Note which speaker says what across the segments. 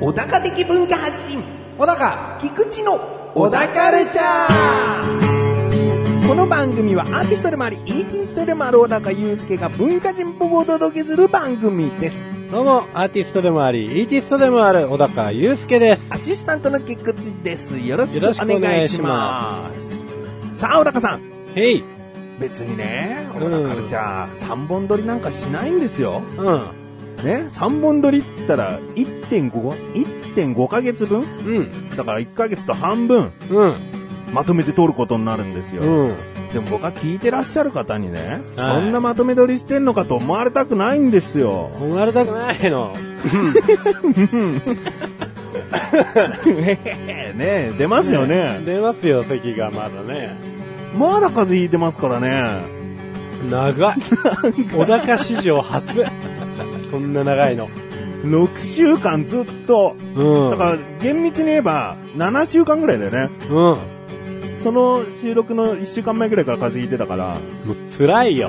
Speaker 1: 小高的文化発信
Speaker 2: 小高
Speaker 1: 菊池の
Speaker 2: 小高ルチャー
Speaker 1: この番組はアーティストでもありイーティストでもある小高祐介が文化人っぽくお届けする番組です
Speaker 2: どうも、アーティストでもあり、イーティストでもある小高祐介です。
Speaker 1: アシスタントの菊池ですよろしく
Speaker 2: よろしく
Speaker 1: お
Speaker 2: お願
Speaker 1: 願い
Speaker 2: い
Speaker 1: し
Speaker 2: し
Speaker 1: ま
Speaker 2: ます
Speaker 1: さあ小高さん
Speaker 2: へい。
Speaker 1: 別にね小
Speaker 2: うん
Speaker 1: 高カルチャー3本撮りなんかしないんですよ
Speaker 2: うん。
Speaker 1: ね3本撮りっつったら1.5 1.5ヶ月分
Speaker 2: うん。
Speaker 1: だから1ヶ月と半分
Speaker 2: うん。
Speaker 1: まとめて撮ることになるんですよ、
Speaker 2: うん。
Speaker 1: でも僕は聞いてらっしゃる方にね、
Speaker 2: はい
Speaker 1: そんなまとめ撮りしてんのかと思われたくないんですよ。
Speaker 2: 思われたくないの。
Speaker 1: ねえ、出ますよね。
Speaker 2: 出ますよ、席がまだね。
Speaker 1: まだ風邪ひいてますからね。
Speaker 2: 長い。小高史上初。こんな長いの。
Speaker 1: 6週間ずっと、
Speaker 2: うん
Speaker 1: だから厳密に言えば7週間ぐらいだよね。
Speaker 2: うん。も
Speaker 1: その収録の1週間前ぐらいから風邪ひいてたから、
Speaker 2: う辛いよ。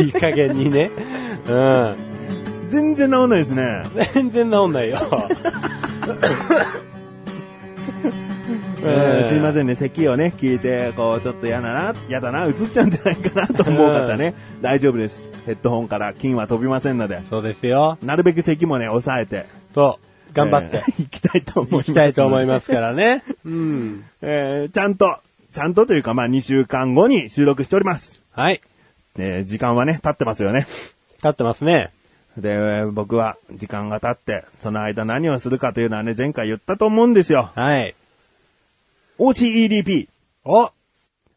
Speaker 2: いい加減にね。うん。
Speaker 1: 全然治んないですね。
Speaker 2: 全然治 んないよ。
Speaker 1: えーすいま
Speaker 2: ん。
Speaker 1: せんね、咳をね、聞いて、こう、ちょっと嫌だな、嫌だな、映っちゃうんじゃないかなと 思う方ね、大丈夫です。ヘッドホンから菌は飛びませんので、
Speaker 2: そうですよ。
Speaker 1: なるべく咳もね、抑えて、
Speaker 2: そう。頑張って
Speaker 1: え。ー行きたいと思い
Speaker 2: 行
Speaker 1: ます。
Speaker 2: きたいと思いますからね。うん。
Speaker 1: えーちゃんと、ちゃんとというか、まあ、2週間後に収録しております。
Speaker 2: はい。
Speaker 1: えー時間はね、経ってますよね。
Speaker 2: 立ってますね。
Speaker 1: で、えー僕は、時間が経って、その間何をするかというのはね、前回言ったと思うんですよ。
Speaker 2: はい。
Speaker 1: OCEDP、
Speaker 2: お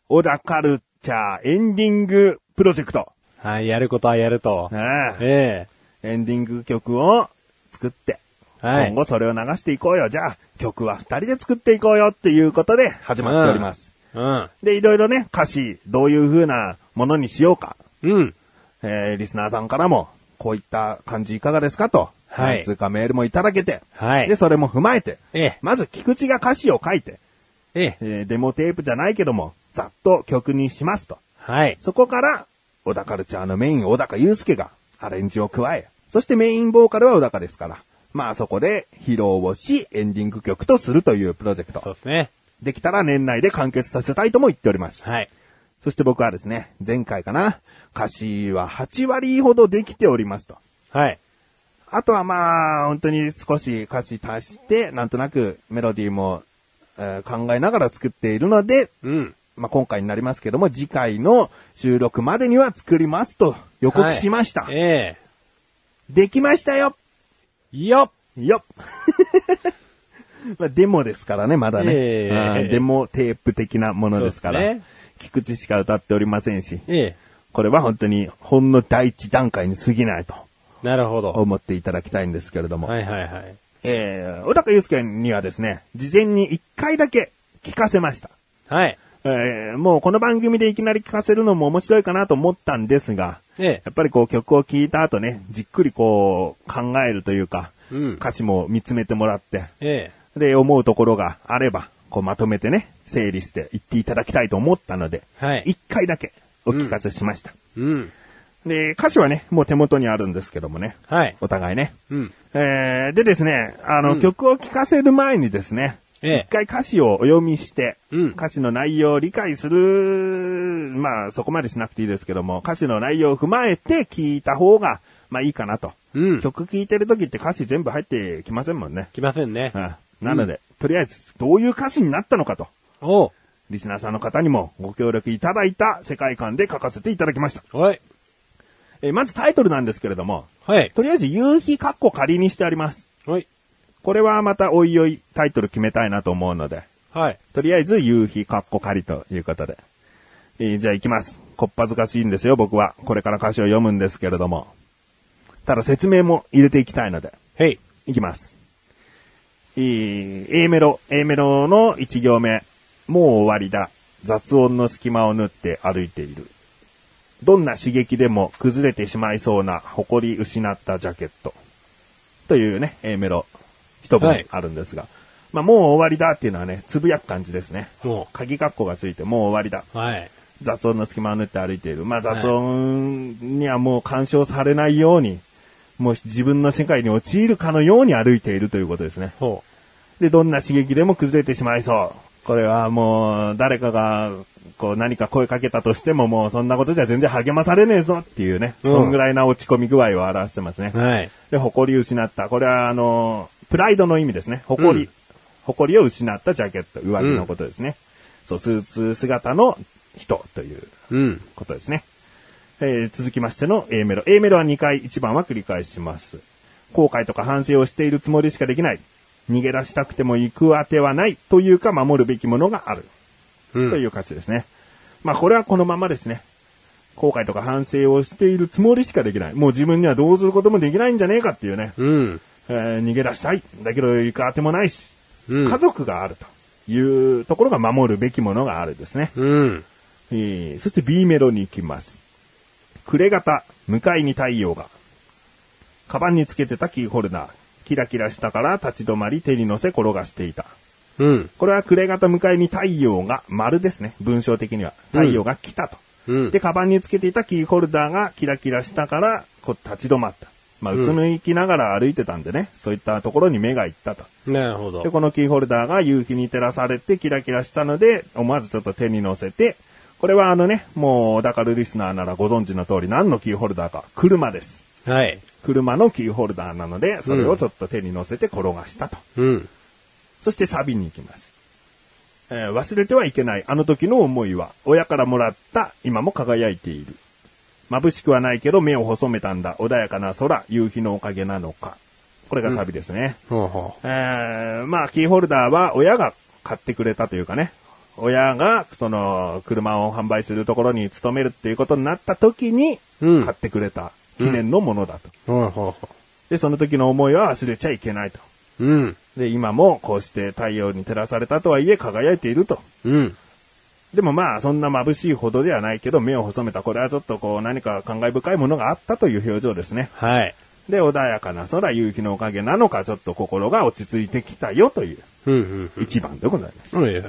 Speaker 1: オダカルチャーエンディングプロジェクト。
Speaker 2: はい、やることはやると。
Speaker 1: ねえ
Speaker 2: え
Speaker 1: エンディング曲を作って、
Speaker 2: えは
Speaker 1: 今
Speaker 2: い。
Speaker 1: 後それを流していこうよ。じゃあ、曲は二人で作っていこうよっていうことで始まっております。
Speaker 2: うん。
Speaker 1: で、いろいろね、歌詞、どういう風なものにしようか。
Speaker 2: うん。
Speaker 1: えー、リスナーさんからも、こういった感じいかがですかと。
Speaker 2: はい
Speaker 1: 何通かメールもいただけて。
Speaker 2: はい
Speaker 1: で、それも踏まえて。
Speaker 2: ええ
Speaker 1: まず、菊池が歌詞を書いて、
Speaker 2: ええ。
Speaker 1: えー、デモテープじゃないけども、ざっと曲にしますと。
Speaker 2: はい。
Speaker 1: そこから、小田カルチャーのメイン、小高祐介がアレンジを加え、そしてメインボーカルは小高ですから。まあそこで披露をし、エンディング曲とするというプロジェク
Speaker 2: そ
Speaker 1: ト。
Speaker 2: うですね。
Speaker 1: できたら年内で完結させたいとも言っております。
Speaker 2: はい。
Speaker 1: そして僕はですね、前回かな、歌詞は8割ほどできておりますと。
Speaker 2: はい。
Speaker 1: あとはまあ、本当に少し歌詞足して、なんとなくメロディーも、えー考えながら作っているので、
Speaker 2: うん。
Speaker 1: まあ、今回になりますけども、次回の収録までには作りますと予告しました。
Speaker 2: はいえ
Speaker 1: できましたよ
Speaker 2: えよっ
Speaker 1: よっ まあ、デモですからね、まだね、
Speaker 2: ええ
Speaker 1: うんデモテープ的なものですから。
Speaker 2: そうですね
Speaker 1: 菊池しか歌っておりませんし、
Speaker 2: ええ。
Speaker 1: これは本当にほんの第一段階に過ぎないと
Speaker 2: なるほど。
Speaker 1: 思っていただきたいんですけれども、
Speaker 2: はいはいはい。
Speaker 1: えー、小高祐介にはですね、事前に一回だけ聞かせました。
Speaker 2: はい。
Speaker 1: えーもうこの番組でいきなり聞かせるのも面白いかなと思ったんですが、
Speaker 2: ええ
Speaker 1: や。っぱりこう曲を聴いた後ね、じっくりこう考えるというか、
Speaker 2: うん
Speaker 1: 歌詞も見つめてもらって、
Speaker 2: え
Speaker 1: で、思うところがあれば、こうまとめてね、整理して言っていただきたいと思ったので、
Speaker 2: え。はい。
Speaker 1: 一回だけお聞かせしました。
Speaker 2: うん。
Speaker 1: で、歌詞はね、もう手元にあるんですけどもね、
Speaker 2: はい。
Speaker 1: お互いね。
Speaker 2: うん。
Speaker 1: えー、でですね、あの、曲を聴かせる前にですね、
Speaker 2: え
Speaker 1: 一回歌詞をお読みして、
Speaker 2: うん
Speaker 1: 歌詞の内容を理解する、まあそこまでしなくていいですけども、歌詞の内容を踏まえて聞いた方が、まあいいかなと。
Speaker 2: うん
Speaker 1: 曲聴いてる時って歌詞全部入ってきませんもんね。
Speaker 2: 来ませんね
Speaker 1: う。ん、なので、とりあえずどういう歌詞になったのかと、
Speaker 2: おう。
Speaker 1: リスナーさんの方にもご協力いただいた世界観で書かせていただきました。
Speaker 2: はい。
Speaker 1: えーまずタイトルなんですけれども、
Speaker 2: はい。
Speaker 1: とりあえず夕日かっこ仮にしてあります。
Speaker 2: はい。
Speaker 1: これはまたおいおいタイトル決めたいなと思うので、
Speaker 2: はい。
Speaker 1: とりあえず夕日かっこ仮ということで。えーじゃあ行きます。こっぱずかしいんですよ、僕は。これから歌詞を読むんですけれども。ただ説明も入れていきたいので。
Speaker 2: へい。
Speaker 1: いきます。えー A メロ、A メロの1行目。もう終わりだ。雑音の隙間を縫って歩いている。どんな刺激でも崩れてしまいそうな、誇り失ったジャケット。というね、A メロ、一
Speaker 2: は
Speaker 1: 文
Speaker 2: い
Speaker 1: あるんですが、まあ、もう終わりだっていうのはね、つぶやく感じですね。
Speaker 2: も
Speaker 1: 鍵括弧がついて、もう終わりだ。
Speaker 2: う、はい。
Speaker 1: 雑音の隙間を縫って歩いている。まあ、雑音にはもう干渉されないように、もう自分の世界に陥るかのように歩いているということですね。
Speaker 2: ほ
Speaker 1: で、どんな刺激でも崩れてしまいそう。これはもう、誰かが、こう何か声かけたとしてももうそんなことじゃ全然励まされねえぞっていうね、
Speaker 2: うん
Speaker 1: そんぐらいな落ち込み具合を表してますね。
Speaker 2: う。はい。
Speaker 1: で、誇り失った。これは、あの、プライドの意味ですね。誇り。
Speaker 2: うん
Speaker 1: 誇りを失ったジャケット、上着のことですね。そう、スーツ姿の人という
Speaker 2: うん。
Speaker 1: ことですね。えー続きましての A メロ。A メロは2回、1番は繰り返します。後悔とか反省をしているつもりしかできない。逃げ出したくても行くあてはない。というか、守るべきものがある。
Speaker 2: うん。
Speaker 1: という歌詞ですね。まあ、これはこのままですね。後悔とか反省をしているつもりしかできない。もう自分にはどうすることもできないんじゃねえかっていうね。
Speaker 2: うん。
Speaker 1: えー逃げ出したい。だけど行くあてもないし、
Speaker 2: うん。
Speaker 1: 家族があるというところが守るべきものがあるですね。
Speaker 2: うん。
Speaker 1: えーそして B メロに行きます。暮れ方、向かいに太陽が。カバンにつけてたキーホルダー。キラキラしたから立ち止まり手に乗せ転がしていた。
Speaker 2: うん。
Speaker 1: これは暮れ方向かいに太陽が丸ですね。文章的には。太陽が来たと。
Speaker 2: うん。
Speaker 1: で、カバンにつけていたキーホルダーがキラキラしたから、こう立ち止まった。まあ、うつむきながら歩いてたんでね、そういったところに目が行ったと。
Speaker 2: なるほど
Speaker 1: で、。このキーホルダーが夕日に照らされてキラキラしたので、思わずちょっと手に乗せて、これはあのね、もう、ダカルリスナーならご存知の通り何のキーホルダーか、車です。
Speaker 2: はい。
Speaker 1: 車のキーホルダーなので、それをちょっと手に乗せて転がしたと。
Speaker 2: うん。
Speaker 1: そしてサビに行きます。えー忘れてはいけないあの時の思いは、親からもらった今も輝いている。眩しくはないけど目を細めたんだ。穏やかな空、夕日のおかげなのか。これがサビですね。
Speaker 2: ほうほ
Speaker 1: えーまあ、キーホルダーは親が買ってくれたというかね。親が、その、車を販売するところに勤めるっていうことになった時に、
Speaker 2: うん
Speaker 1: 買ってくれた記念のものだと。
Speaker 2: う。ほうほうほ
Speaker 1: で、その時の思いは忘れちゃいけないと。
Speaker 2: う。うん。
Speaker 1: で、今もこうして太陽に照らされたとはいえ輝いていると。
Speaker 2: うん。
Speaker 1: でもまあ、そんな眩しいほどではないけど、目を細めた。これはちょっとこう、何か感慨深いものがあったという表情ですね。
Speaker 2: はい。
Speaker 1: で、穏やかな空、夕日のおかげなのか、ちょっと心が落ち着いてきたよという
Speaker 2: うん。
Speaker 1: 一番でございます。
Speaker 2: うん。はいはい。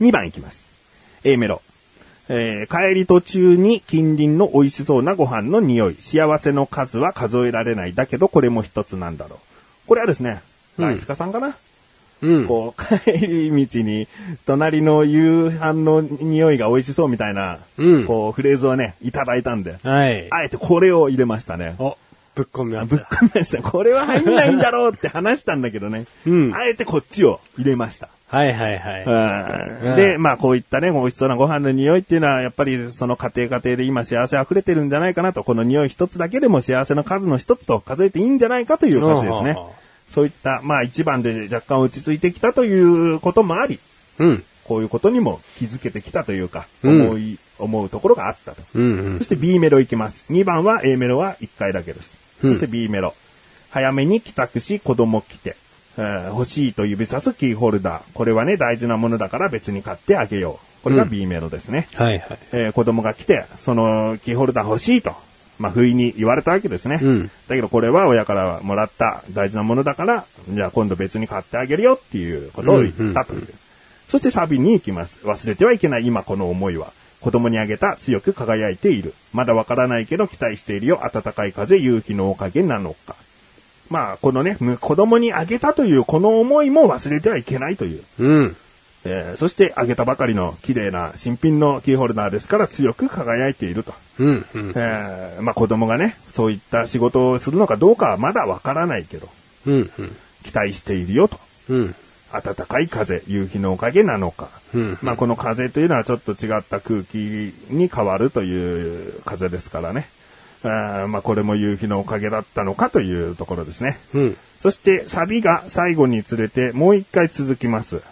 Speaker 1: 2番いきます。A メロ。えー帰り途中に近隣の美味しそうなご飯の匂い。幸せの数は数えられない。だけど、これも一つなんだろう。これはですね、
Speaker 2: うん
Speaker 1: ライスカさんかな、
Speaker 2: うん。
Speaker 1: こう、帰り道に、隣の夕飯の匂いが美味しそうみたいな、
Speaker 2: うん
Speaker 1: こう、フレーズをね、いただいたんで、
Speaker 2: はい。
Speaker 1: あえてこれを入れましたね。
Speaker 2: お、ぶっ込みまし。
Speaker 1: ぶった込みました。これは入んないんだろうって話したんだけどね。
Speaker 2: うん
Speaker 1: あえてこっちを入れました。
Speaker 2: はいはいは
Speaker 1: う
Speaker 2: うんん
Speaker 1: で、まあこういったね、美味しそうなご飯の匂いっていうのは、やっぱりその家庭家庭で今幸せ溢れてるんじゃないかなと、この匂い一つだけでも幸せの数の一つと数えていいんじゃないかという歌詞ですね
Speaker 2: うん。
Speaker 1: そういった、まあ一番で若干落ち着いてきたということもあり、
Speaker 2: い。うん。
Speaker 1: こういうことにも気づけてきたというか、
Speaker 2: うん
Speaker 1: 思い、思うところがあったと。
Speaker 2: うんう
Speaker 1: そして B メロいきます。2番は A メロは1回だけです。
Speaker 2: うん
Speaker 1: そして B メロ。早めに帰宅し、子供来て、えー欲しいと指さすキーホルダー。これはね、大事なものだから別に買ってあげよう。これが B メロですね。
Speaker 2: はいはい。
Speaker 1: えー子供が来て、そのキーホルダー欲しいと、まあ、不意に言われたわけですね。
Speaker 2: うん
Speaker 1: だけどこれは親からもらった大事なものだから、じゃあ今度別に買ってあげるよっていうことを言ったという。そしてサビに行きます。忘れてはいけない今この思いは。子供にあげた強く輝いている。まだわからないけど期待しているよ。暖かい風、勇気のおかげなのか。まあ、このね、む子供にあげたというこの思いも忘れてはいけないという。
Speaker 2: うん。
Speaker 1: えーそして、あげたばかりの綺麗な新品のキーホルダーですから強く輝いていると。
Speaker 2: うん。うん。
Speaker 1: えーまあ子供がね、そういった仕事をするのかどうかはまだわからないけど、
Speaker 2: うん。
Speaker 1: 期待しているよと。
Speaker 2: うん。
Speaker 1: 暖かい風、夕日のおかげなのか。
Speaker 2: うん
Speaker 1: まあこの風というのはちょっと違った空気に変わるという風ですからね。あーまあこれも夕日のおかげだったのかというところですね。
Speaker 2: うん。
Speaker 1: そしてサビが最後につれてもう一回続きます。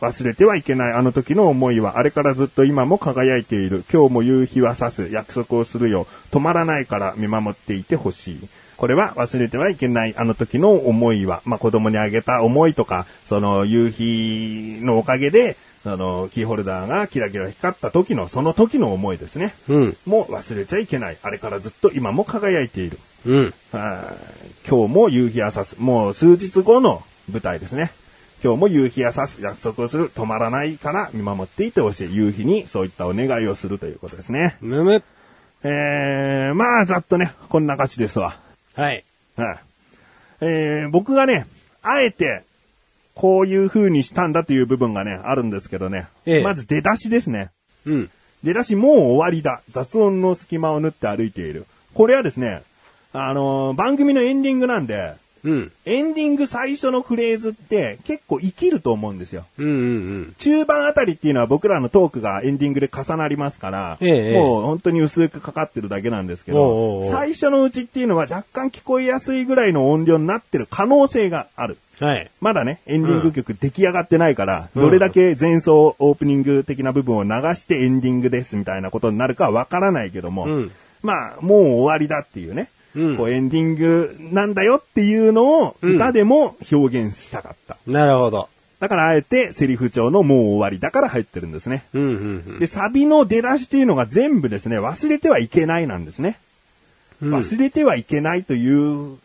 Speaker 1: 忘れてはいけないあの時の思いはあれからずっと今も輝いている。今日も夕日は差す。約束をするよ。止まらないから見守っていてほしい。これは忘れてはいけないあの時の思いは、まあ、子供にあげた思いとか、その夕日のおかげで、あの、キーホルダーがキラキラ光った時の、その時の思いですね。
Speaker 2: うん。
Speaker 1: もう忘れちゃいけない。あれからずっと今も輝いている。
Speaker 2: うん。
Speaker 1: あー今日も夕日朝す、もう数日後の舞台ですね。今日も夕日やさす約束をする。止まらないから見守っていてほしい。夕日にそういったお願いをするということですね。
Speaker 2: むむ。
Speaker 1: えー、まあ、ざっとね、こんな感じですわ。
Speaker 2: はい。
Speaker 1: はい。えー、僕がね、あえて、こういう風にしたんだという部分がね、あるんですけどね。
Speaker 2: ええ
Speaker 1: まず出だしですね。
Speaker 2: うん。
Speaker 1: 出だしもう終わりだ。雑音の隙間を縫って歩いている。これはですね、あのー番組のエンディングなんで、
Speaker 2: うん。
Speaker 1: エンディング最初のフレーズって結構生きると思うんですよ。
Speaker 2: うんうんうん。
Speaker 1: 中盤あたりっていうのは僕らのトークがエンディングで重なりますから、
Speaker 2: ええ
Speaker 1: もう本当に薄くかかってるだけなんですけど、
Speaker 2: おうおうおう
Speaker 1: 最初のうちっていうのは若干聞こえやすいぐらいの音量になってる可能性がある。
Speaker 2: はい。
Speaker 1: まだね、エンディング曲出来上がってないから、どれだけ前奏オープニング的な部分を流してエンディングですみたいなことになるかはわからないけども、
Speaker 2: うん
Speaker 1: まあ、もう終わりだっていうね、
Speaker 2: うん
Speaker 1: こうエンディングなんだよっていうのを
Speaker 2: うん
Speaker 1: 歌でも表現したかった。
Speaker 2: なるほど。
Speaker 1: だからあえてセリフ調のもう終わりだから入ってるんですね。
Speaker 2: うんうん
Speaker 1: で、サビの出だしっていうのが全部ですね、忘れてはいけないなんですね。
Speaker 2: うん。
Speaker 1: 忘れてはいけないという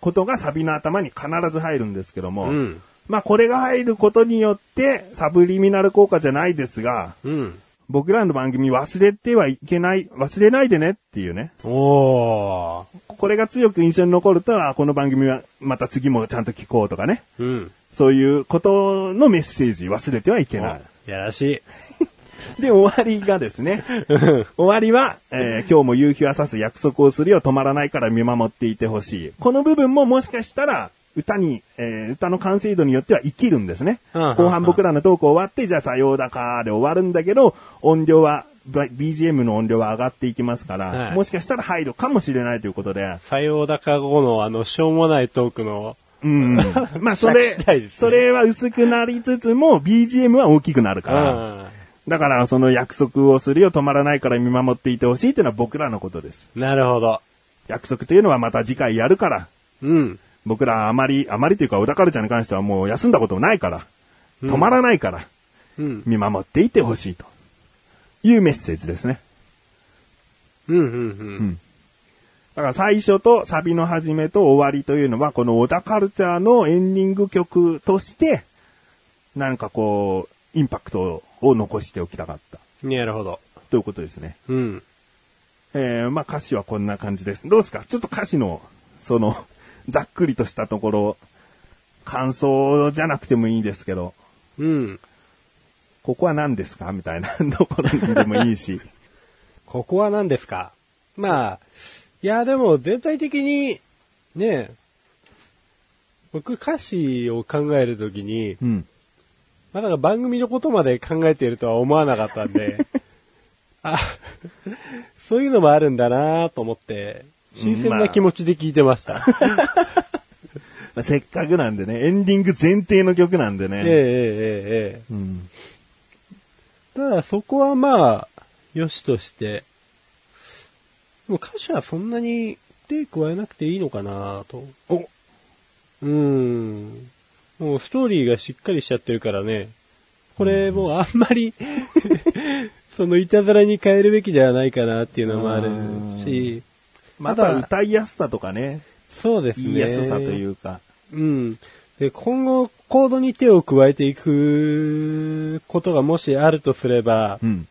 Speaker 1: ことがサビの頭に必ず入るんですけども、
Speaker 2: うん
Speaker 1: まあこれが入ることによってサブリミナル効果じゃないですが、
Speaker 2: うん。
Speaker 1: 僕らの番組忘れてはいけない、忘れないでねっていうね。
Speaker 2: おー。
Speaker 1: これが強く印象に残ると、あこの番組はまた次もちゃんと聞こうとかね。
Speaker 2: うん。
Speaker 1: そういうことのメッセージ忘れてはいけない。
Speaker 2: おやらし
Speaker 1: で、終わりがですね。終わりは、えー今日も夕日は差す約束をするよ、止まらないから見守っていてほしい。この部分ももしかしたら、歌に、えー歌の完成度によっては生きるんですね。
Speaker 2: うんうんうん
Speaker 1: 後半僕らのトーク終わって、じゃあさようだかーで終わるんだけど、音量は、ば BGM の音量は上がっていきますから、
Speaker 2: はい
Speaker 1: もしかしたら入るかもしれないということで
Speaker 2: い。、さようだか後のあの、しょうもないトークの、
Speaker 1: うん。 まあ、そ
Speaker 2: 着
Speaker 1: れ、
Speaker 2: 次第ですね
Speaker 1: それは薄くなりつつも、BGM は大きくなるから、だから、その約束をするよ、止まらないから見守っていてほしいっていうのは僕らのことです。
Speaker 2: うん。なるほど。
Speaker 1: 約束というのはまた次回やるから、
Speaker 2: うん。
Speaker 1: 僕らあまり、あまりというか、小田カルチャーに関してはもう休んだこともないから、止まらないから、
Speaker 2: うん。
Speaker 1: 見守っていてほしいと。いうメッセージですね。
Speaker 2: うんうん
Speaker 1: だから最初とサビの始めと終わりというのは、この小田カルチャーのエンディング曲として、なんかこう、インパクトを残しておきたかった。
Speaker 2: うん。なるほど。
Speaker 1: ということですね。
Speaker 2: うん。
Speaker 1: えー、まあ歌詞はこんな感じです。どうですかちょっと歌詞の、その、 ざっくりとしたところ、感想じゃなくてもいいですけど、
Speaker 2: うん。
Speaker 1: ここは何ですかみたいなところにでもいい し。
Speaker 2: ここは何ですかまあ、いや、でも全体的に、ねえ、僕歌詞を考えるときに、
Speaker 1: うん。
Speaker 2: まあ、だから番組のことまで考えているとは思わなかったんで、あ、そういうのもあるんだなと思って、新鮮な気持ちで聞いてました。
Speaker 1: まあせっかくなんでね、エンディング前提の曲なんで
Speaker 2: え
Speaker 1: ね
Speaker 2: ええ。ええええ
Speaker 1: うん。
Speaker 2: え。ただそこはまあ、良しとして、でも歌詞はそんなに手加えなくていいのかなと。
Speaker 1: お、
Speaker 2: うーん。もうストーリーがしっかりしちゃってるからね。これもうあんまり、 そのいたずらに変えるべきではないかなっていうのもあるし、
Speaker 1: ま
Speaker 2: た
Speaker 1: た歌いやすさとかね、
Speaker 2: そうですね。。
Speaker 1: 言いやすさといううか。
Speaker 2: うん。で、今後コードに手を加えていくことがもしあるとすれば、
Speaker 1: うん。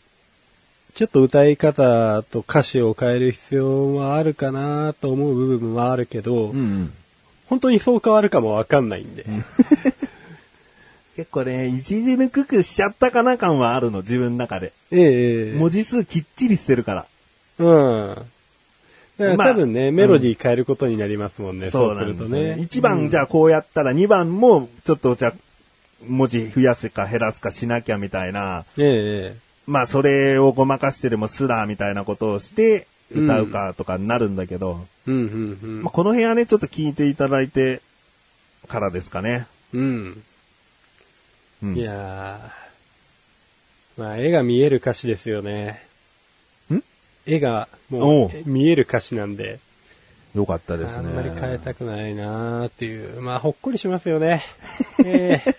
Speaker 2: ちょっと歌い方と歌詞を変える必要はあるかなと思う部分はあるけど、
Speaker 1: うんうん。
Speaker 2: 本当にそう変わるかもわかんないんで。
Speaker 1: 結構ね、いじりにくくしちゃったかな感はあるの、自分の中で。
Speaker 2: ええええ
Speaker 1: 文字数きっちりしてるから。
Speaker 2: うん。だから
Speaker 1: まあ
Speaker 2: 多分ね、メロディー変えることになりますもんね、
Speaker 1: そ
Speaker 2: そうう
Speaker 1: な
Speaker 2: す
Speaker 1: ん
Speaker 2: ると
Speaker 1: ですね。
Speaker 2: ね。
Speaker 1: 1番じゃあこうやったら2番もちょっとじゃあ文字増やすか減らすかしなきゃみたいな、
Speaker 2: ええ
Speaker 1: まあそれをごまかしてでもスラーみたいなことをして歌うかとかになるんだけど、
Speaker 2: うん、うん、
Speaker 1: まあこの辺はね、ちょっと聞いていただいてからですかね。
Speaker 2: うん。
Speaker 1: う
Speaker 2: うんん。いやーまあ、絵が見える歌詞ですよね。
Speaker 1: ん
Speaker 2: 絵が、
Speaker 1: お
Speaker 2: も
Speaker 1: う
Speaker 2: う、え見える歌詞なんで、
Speaker 1: よかったです
Speaker 2: あ
Speaker 1: ね。
Speaker 2: んまり変えたくないなーっていう。まあ、ほっこりしますよね。ええ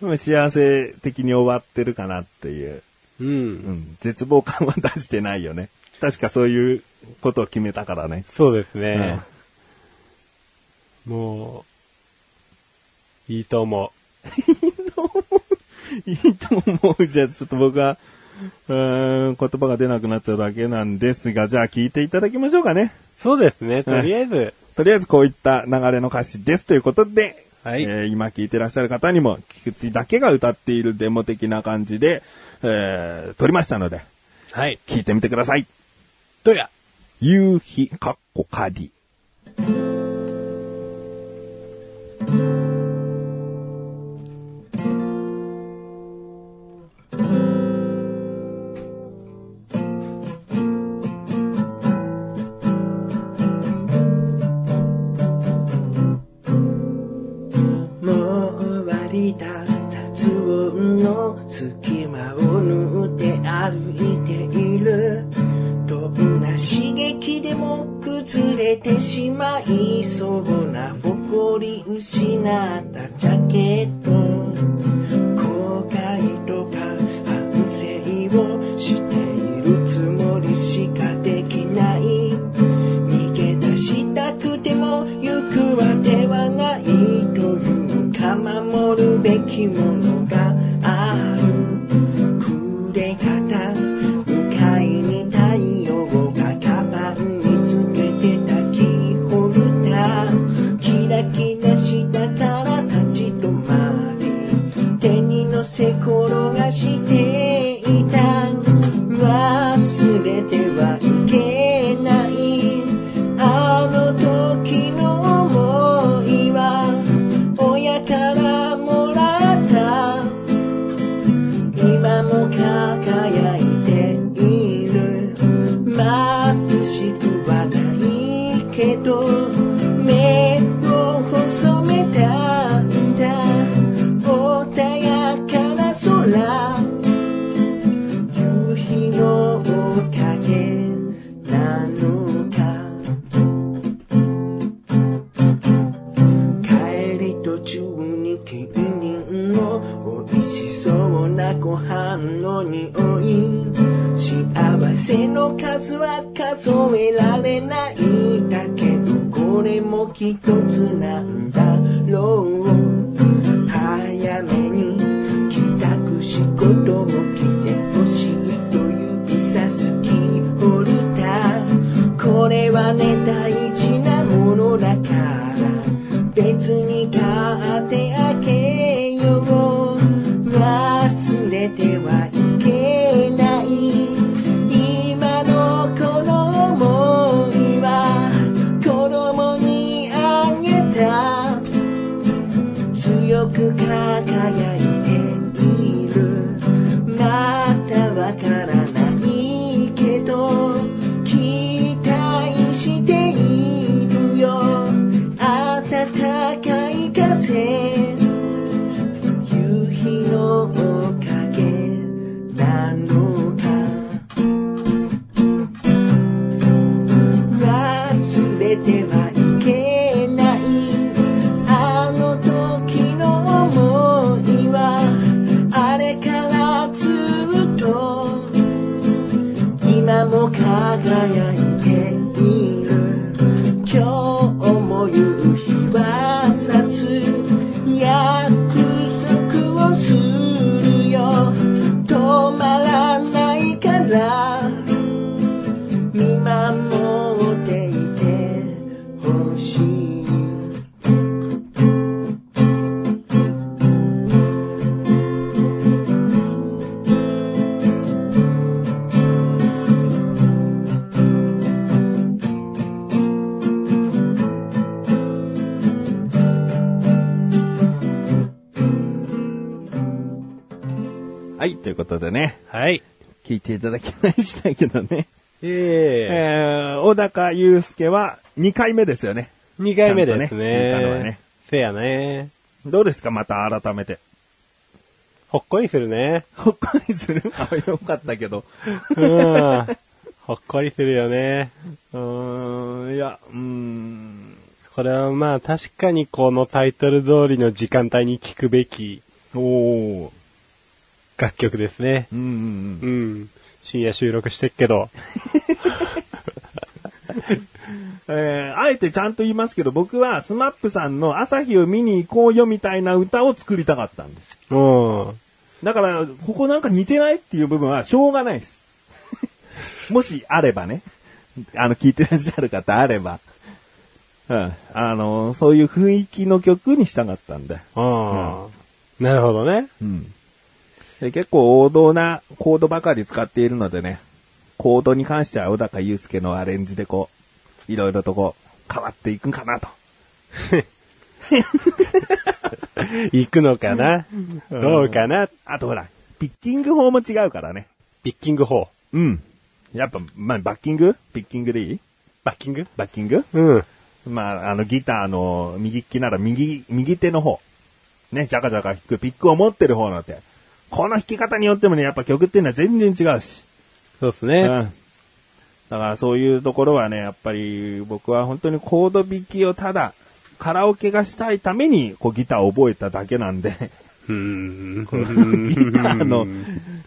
Speaker 1: まあ幸せ的に終わってるかなっていう。
Speaker 2: う。
Speaker 1: うんん。絶望感は出してないよね。確かそういうことを決めたからね。
Speaker 2: そうですね。もう、いいと思
Speaker 1: いいと思う。じゃあ、ちょっと僕は、うーん、言葉が出なくなっちゃうだけなんですが、じゃあ聞いていただきましょうかね。
Speaker 2: う。そうですね、とりあえず。
Speaker 1: とりあえずこういった流れの歌詞ですということで、
Speaker 2: はい
Speaker 1: えー今聞いてらっしゃる方にも、菊池だけが歌っているデモ的な感じで、えー撮りましたので、
Speaker 2: はい。
Speaker 1: 聞いてみてください。
Speaker 2: どうや
Speaker 1: 夕日かっこかり。
Speaker 3: もう終わりだ雑音の隙間を縫って歩いているどんな刺激でも崩れてしまいそうな誇り失ったジャケット後悔とか反省をしているつもりしかできない逃げ出したくても行くわけはないというか守るべきものがあるくれ方向かいに太陽がカバンにつけてたキーホルダーキラキラしたから立ち止まり手に乗せ転がしていた忘れてはいけないあの時の思いは親からもらった今も輝いている眩しくはないけど目を細めたんだ穏やかな空夕日の影なのか帰り途中に近隣の美味しそうなご飯の匂い幸せの数は数えられないだけどこれも一つなんだろう早めに帰宅仕事も来てほしいと指さすキーホルダーこれはね大事なものだから別に買ってあげよう忘れてはいけない今のこの想いは子供にあげた強く輝いているまだわからないけど期待しているよ暖かい風夕日のおかげなのか忘れてはいけないあの時の思いはあれからずっと今も輝いている今日も夕日はさす約束をするよ止まらないから見守っていてほしい
Speaker 1: はい、ということでね、
Speaker 2: はい。
Speaker 1: 聞いていただきましたけどね。
Speaker 2: ええ
Speaker 1: えー、小高祐介は2回目ですよね。
Speaker 2: 二回目です
Speaker 1: ちゃんと
Speaker 2: ね。
Speaker 1: ね見たのはね
Speaker 2: せやね。
Speaker 1: どうですかまた改めて。
Speaker 2: ほっこりするね。
Speaker 1: ほっこりする あ、よかったけど。
Speaker 2: うん。ほっこりするよね。
Speaker 1: うーん、いや、うーん。
Speaker 2: これはまあ確かにこのタイトル通りの時間帯に聴くべき
Speaker 1: おー。
Speaker 2: 楽曲ですね。
Speaker 1: うんうん
Speaker 2: うん。深夜収録してっけど。
Speaker 1: えーあえてちゃんと言いますけど、僕はスマップさんの朝日を見に行こうよみたいな歌を作りたかったんです。
Speaker 2: うん。
Speaker 1: だから、ここなんか似てないっていう部分はしょうがないです。 もしあればね、あの、聞いてらっしゃる方あれば、うん、あのーそういう雰囲気の曲にしたかったんで。
Speaker 2: ああ、なるほどね。
Speaker 1: うん。で結構王道なコードばかり使っているのでね、コードに関しては小高祐介のアレンジでこう、いろいろとこう、変わっていくんかなと。
Speaker 2: 行くのかな、どうかな
Speaker 1: あとほら、ピッキング法も違うからね。
Speaker 2: ピッキング法。
Speaker 1: うん。やっぱ、まあ、バッキングピッキングでいい
Speaker 2: バッキング
Speaker 1: バッキング
Speaker 2: うん。
Speaker 1: まあ、あの、ギターの右利きなら右、右手の方。ね、ジャカジャカ弾くピックを持ってる方の手。この弾き方によってもね、やっぱ曲っていうのは全然違うし。
Speaker 2: そうです
Speaker 1: う
Speaker 2: ね。
Speaker 1: ん。だからそういうところはね、やっぱり僕は本当にコード弾きをただ、カラオケがしたいために、こうギターを覚えただけなんで、
Speaker 2: うーん。
Speaker 1: ギ ターの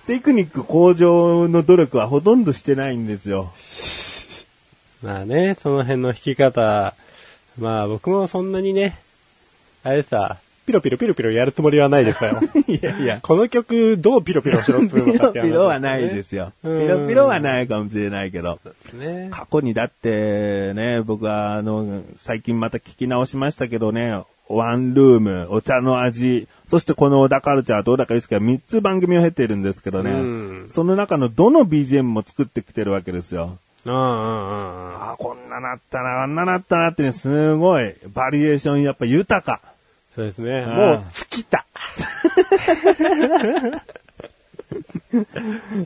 Speaker 1: テクニック向上の努力はほとんどしてないんですよ。
Speaker 2: まあね、その辺の弾き方、まあ僕もそんなにね、あれさ、ピロピロピロピロやるつもりはないですよ。
Speaker 1: いやいや。
Speaker 2: この曲どうピロピロしろっていう
Speaker 1: ピ
Speaker 2: のか
Speaker 1: ロ
Speaker 2: って
Speaker 1: ピ
Speaker 2: 話
Speaker 1: ロはないですよ。ピロピロはないかもしれないけど。
Speaker 2: ね。
Speaker 1: 過去にだってね、僕はあの、最近また聞き直しましたけどね、ワンルーム、お茶の味、そしてこの小田カルチャーと小高祐介は3つ番組を経てるんですけどね、
Speaker 2: うん
Speaker 1: その中のどの BGM も作ってきてるわけですよ。
Speaker 2: うんうんうん。
Speaker 1: ああ、こんななったな、あんななったなってね、すごい、バリエーションやっぱ豊か。
Speaker 2: そうですね。
Speaker 1: ん
Speaker 2: もう尽きた。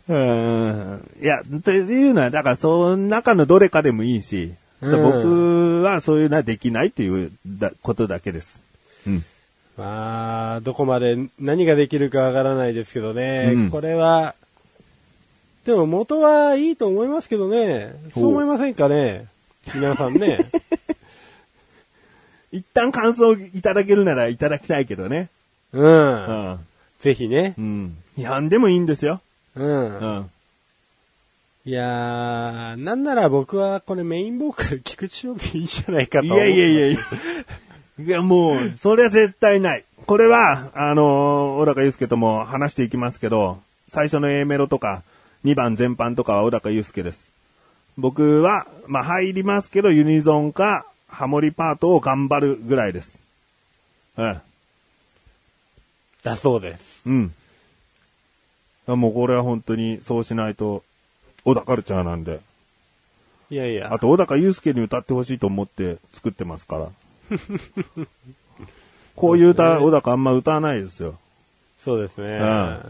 Speaker 1: うんいや、というのは、だから、その中のどれかでもいいし、
Speaker 2: うん
Speaker 1: 僕はそういうのはできないっていうだことだけです。うん。
Speaker 2: まあ、どこまで何ができるかわからないですけどね、
Speaker 1: うん
Speaker 2: これは、でも元はいいと思いますけどね、そう思いませんかね、皆さん ね。
Speaker 1: 一旦感想いただけるならいただきたいけどね。
Speaker 2: う。
Speaker 1: うんん。
Speaker 2: ぜひね
Speaker 1: う。ん。批判でもいいんですよ。
Speaker 2: う
Speaker 1: う。
Speaker 2: ん
Speaker 1: ん。
Speaker 2: いやー、なんなら僕はこれメインボーカル菊池翔でいいんじゃないかと
Speaker 1: い
Speaker 2: 思う。
Speaker 1: やいやいやいや。いや、もう、それは絶対ない。これは、あのー、小高祐介とも話していきますけど、最初の A メロとか、2番全般とかは小高祐介です。僕は、まあ、入りますけど、ユニゾンか、ハモリパートを頑張るぐらいです。うん。
Speaker 2: だそうです。
Speaker 1: うん。あもうこれは本当にそうしないと、小田カルチャーなんで。
Speaker 2: いやいや
Speaker 1: あ。と、小高祐介に歌ってほしいと思って作ってますから。 こういう歌、小高あんま歌わないですよ。
Speaker 2: そうですね。
Speaker 1: んわ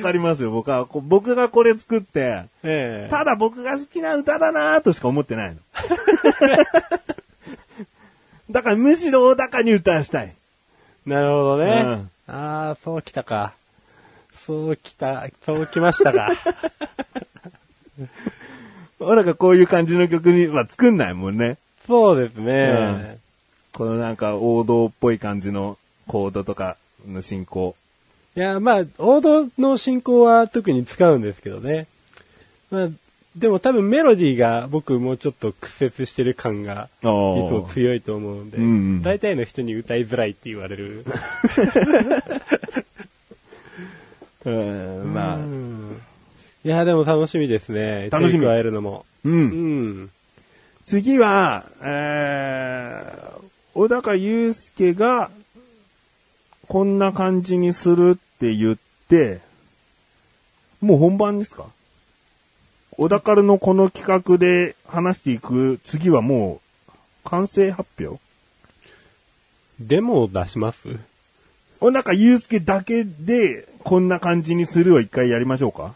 Speaker 1: かりますよ、僕は。こ僕がこれ作って、
Speaker 2: ええ
Speaker 1: ただ僕が好きな歌だなぁとしか思って ないの。だからむしろ小高に歌わしたい。
Speaker 2: なるほどね。
Speaker 1: うん
Speaker 2: あー、そうきたか。そうきた、そうきました か。
Speaker 1: 小高こういう感じの曲には作んないもんね。
Speaker 2: そうですね。
Speaker 1: このなんか王道っぽい感じのコードとかの進行。
Speaker 2: いや、まあ、王道の進行は特に使うんですけどね。まあ、でも多分メロディーが僕もうちょっと屈折してる感が、いつ
Speaker 1: おー
Speaker 2: も強いと思うんで、
Speaker 1: うんうん
Speaker 2: 大体の人に歌いづらいって言われる。
Speaker 1: うん、まあ、
Speaker 2: うんいや、でも楽しみですね。
Speaker 1: 楽しみ
Speaker 2: 手に加えるのも。
Speaker 1: う。
Speaker 2: うんん。
Speaker 1: 次は、えー、小高祐介が、こんな感じにするって言って、もう本番ですか小高のこの企画で話していく次はもう、完成発表
Speaker 2: デモを出します
Speaker 1: 小高祐介だけで、こんな感じにするを一回やりましょうか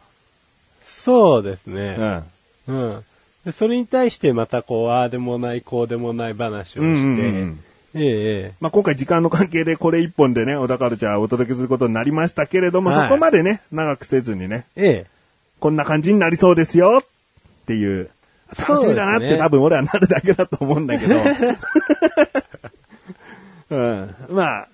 Speaker 2: そうです
Speaker 1: う
Speaker 2: ね。
Speaker 1: ん。
Speaker 2: うん。でそれに対してまたこう、ああでもない、こうでもない話をして、
Speaker 1: うんうんうん
Speaker 2: ええええ
Speaker 1: まあ、今回時間の関係でこれ一本でね、小田カルチャーをお届けすることになりましたけれども、
Speaker 2: はい
Speaker 1: そこまでね、長くせずにね、
Speaker 2: ええ。
Speaker 1: こんな感じになりそうですよっていう、楽しみだなっ
Speaker 2: そうです
Speaker 1: て
Speaker 2: ね
Speaker 1: 多分俺はなるだけだと思うんだけ ど。うん、まあ、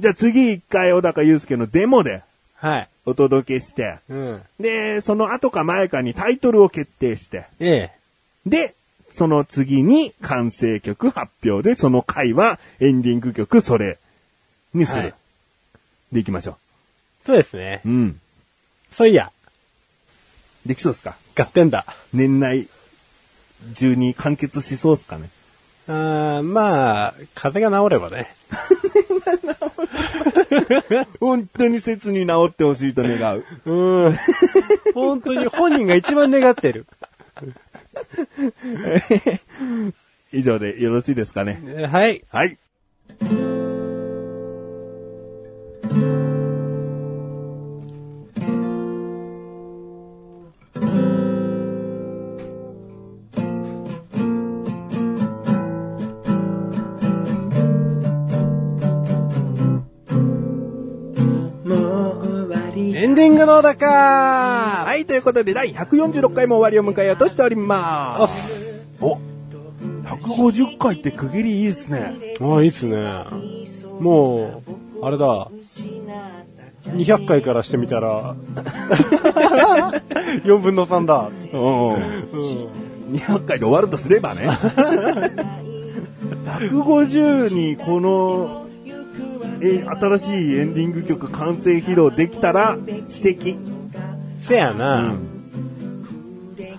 Speaker 1: じゃあ次一回小高祐介のデモで
Speaker 2: はい。
Speaker 1: お届けして、
Speaker 2: うん。
Speaker 1: で、その後か前かにタイトルを決定して、
Speaker 2: ええ。
Speaker 1: で、その次に完成曲発表で、その回はエンディング曲それにする。
Speaker 2: はい
Speaker 1: で、行きましょ
Speaker 2: そうですね
Speaker 1: う。。うん。
Speaker 2: そういや、
Speaker 1: できそうですか
Speaker 2: 合点だ。
Speaker 1: 年内中に完結しそうですかね
Speaker 2: あーまあ、風が治ればね。
Speaker 1: 本当に切に治ってほしいと願う。
Speaker 2: うん。 本当に本人が一番願ってる。
Speaker 1: 以上でよろしいですかね。
Speaker 2: はい。
Speaker 1: はい。
Speaker 3: もう終わりだ
Speaker 2: エンディングのだか
Speaker 1: はい、ということで第146回も終わりを迎えようとしておりま
Speaker 2: あ
Speaker 1: す。お、150回って区切りいいですね。
Speaker 2: あ、いいっすね。もう、あれだ。200回からしてみたら、4分の3だ。
Speaker 1: うん。
Speaker 2: うん。
Speaker 1: 200回で終わるとすればね。150にこの、え、新しいエンディング曲完成披露できたら素敵。
Speaker 2: せやな。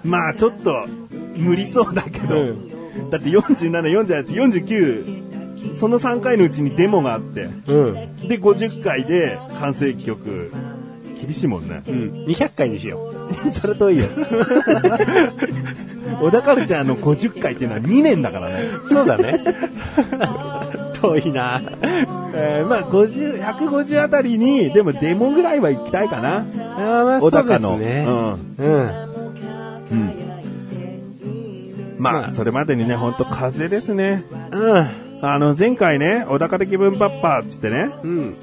Speaker 1: まあちょっと無理そうだけど、
Speaker 2: うん
Speaker 1: だって47、48、49、その3回のうちにデモがあって、
Speaker 2: うん。
Speaker 1: で50回で完成曲、厳しいもんね
Speaker 2: う。ん。200回にしよう。
Speaker 1: それ といいよ。小田カルチャーの50回っていうのは2年だからね。
Speaker 2: そうだね。遠いな。
Speaker 1: えーまあ50、150あたりに、でもデモぐらいは行きたいかな。
Speaker 2: あーまあ、そ
Speaker 1: 小
Speaker 2: うで
Speaker 1: 高
Speaker 2: す
Speaker 1: の。
Speaker 2: ね。
Speaker 1: うん。
Speaker 2: うん。
Speaker 1: まあ、それまでにね、ほんと風ですね。
Speaker 2: うん。
Speaker 1: あの、前回ね、小高的文パッパーっつってね、
Speaker 2: うん。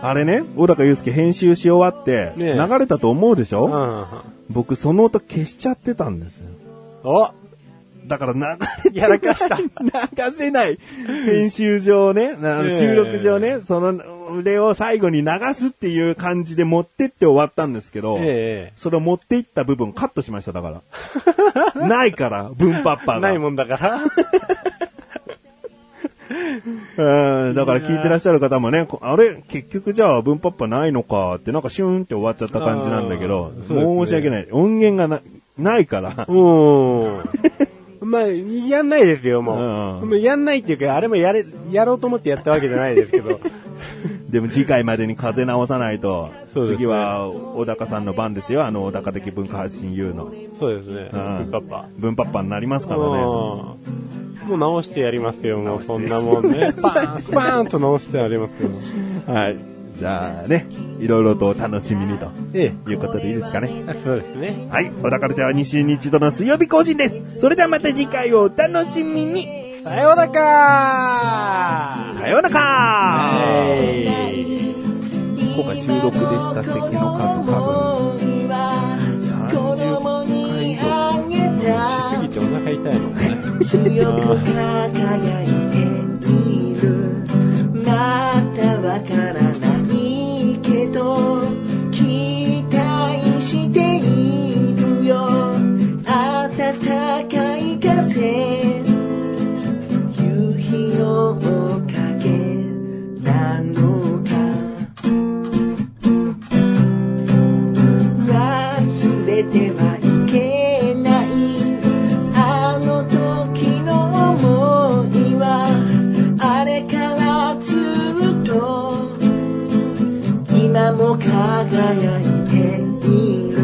Speaker 1: あれね、小高祐介編集し終わって、
Speaker 2: ねえ
Speaker 1: 流れたと思うでし
Speaker 2: う
Speaker 1: ょ、
Speaker 2: ん。
Speaker 1: 僕、その音消しちゃってたんですよ。
Speaker 2: お
Speaker 1: だから流れて
Speaker 2: やらかした。
Speaker 1: 流せない。 編集上ね、な
Speaker 2: ねえ
Speaker 1: 収録上ね、その、れを最後に流すっていう感じで持ってって終わったんですけど、
Speaker 2: え
Speaker 1: それを持っていった部分カットしました、だから。 ないから、文パッパ
Speaker 2: え。
Speaker 1: ーが。
Speaker 2: ないもんだから。
Speaker 1: うん、だから聞いてらっしゃる方もね、こあれ、結局じゃあ分パッパないのかって、なんかシューンって終わっちゃった感じなんだけど、
Speaker 2: あーそうです
Speaker 1: 申
Speaker 2: ね
Speaker 1: し訳ない。音源がなないから、
Speaker 2: うん。まあ、やんないですよ、もう。
Speaker 1: うん
Speaker 2: もうやんないっていうか、あれもやれ、やろうと思ってやったわけじゃないですけど。
Speaker 1: でも次回までに風邪直さないと、
Speaker 2: そうですね
Speaker 1: 次は小高さんの番ですよ、あの小高的文化発信 U の。
Speaker 2: そうですね。
Speaker 1: うん
Speaker 2: パパ。
Speaker 1: 分パッパになりますから
Speaker 2: うん
Speaker 1: ね。
Speaker 2: もう直してやりますよ、もうそんなもん ね。パーン、パーンと直してやりますよ。
Speaker 1: はい。じゃあね、いろいろとお楽しみにと
Speaker 2: え
Speaker 1: いうことでいいですかね。
Speaker 2: え。そうですね。
Speaker 1: はい。小高ちゃんは2週に一度の水曜日更新です。それではまた次回をお楽しみに。
Speaker 2: さようだか
Speaker 1: さようなら
Speaker 2: はい
Speaker 1: 今回収録でした席の数多分30回以上
Speaker 2: しすぎてお腹痛いもんね。
Speaker 3: 強く輝いているまだわからないけど期待しているよ暖かい風夕日のおかげなのか忘れてはいけないあの時の思いはあれからずっと今も輝いている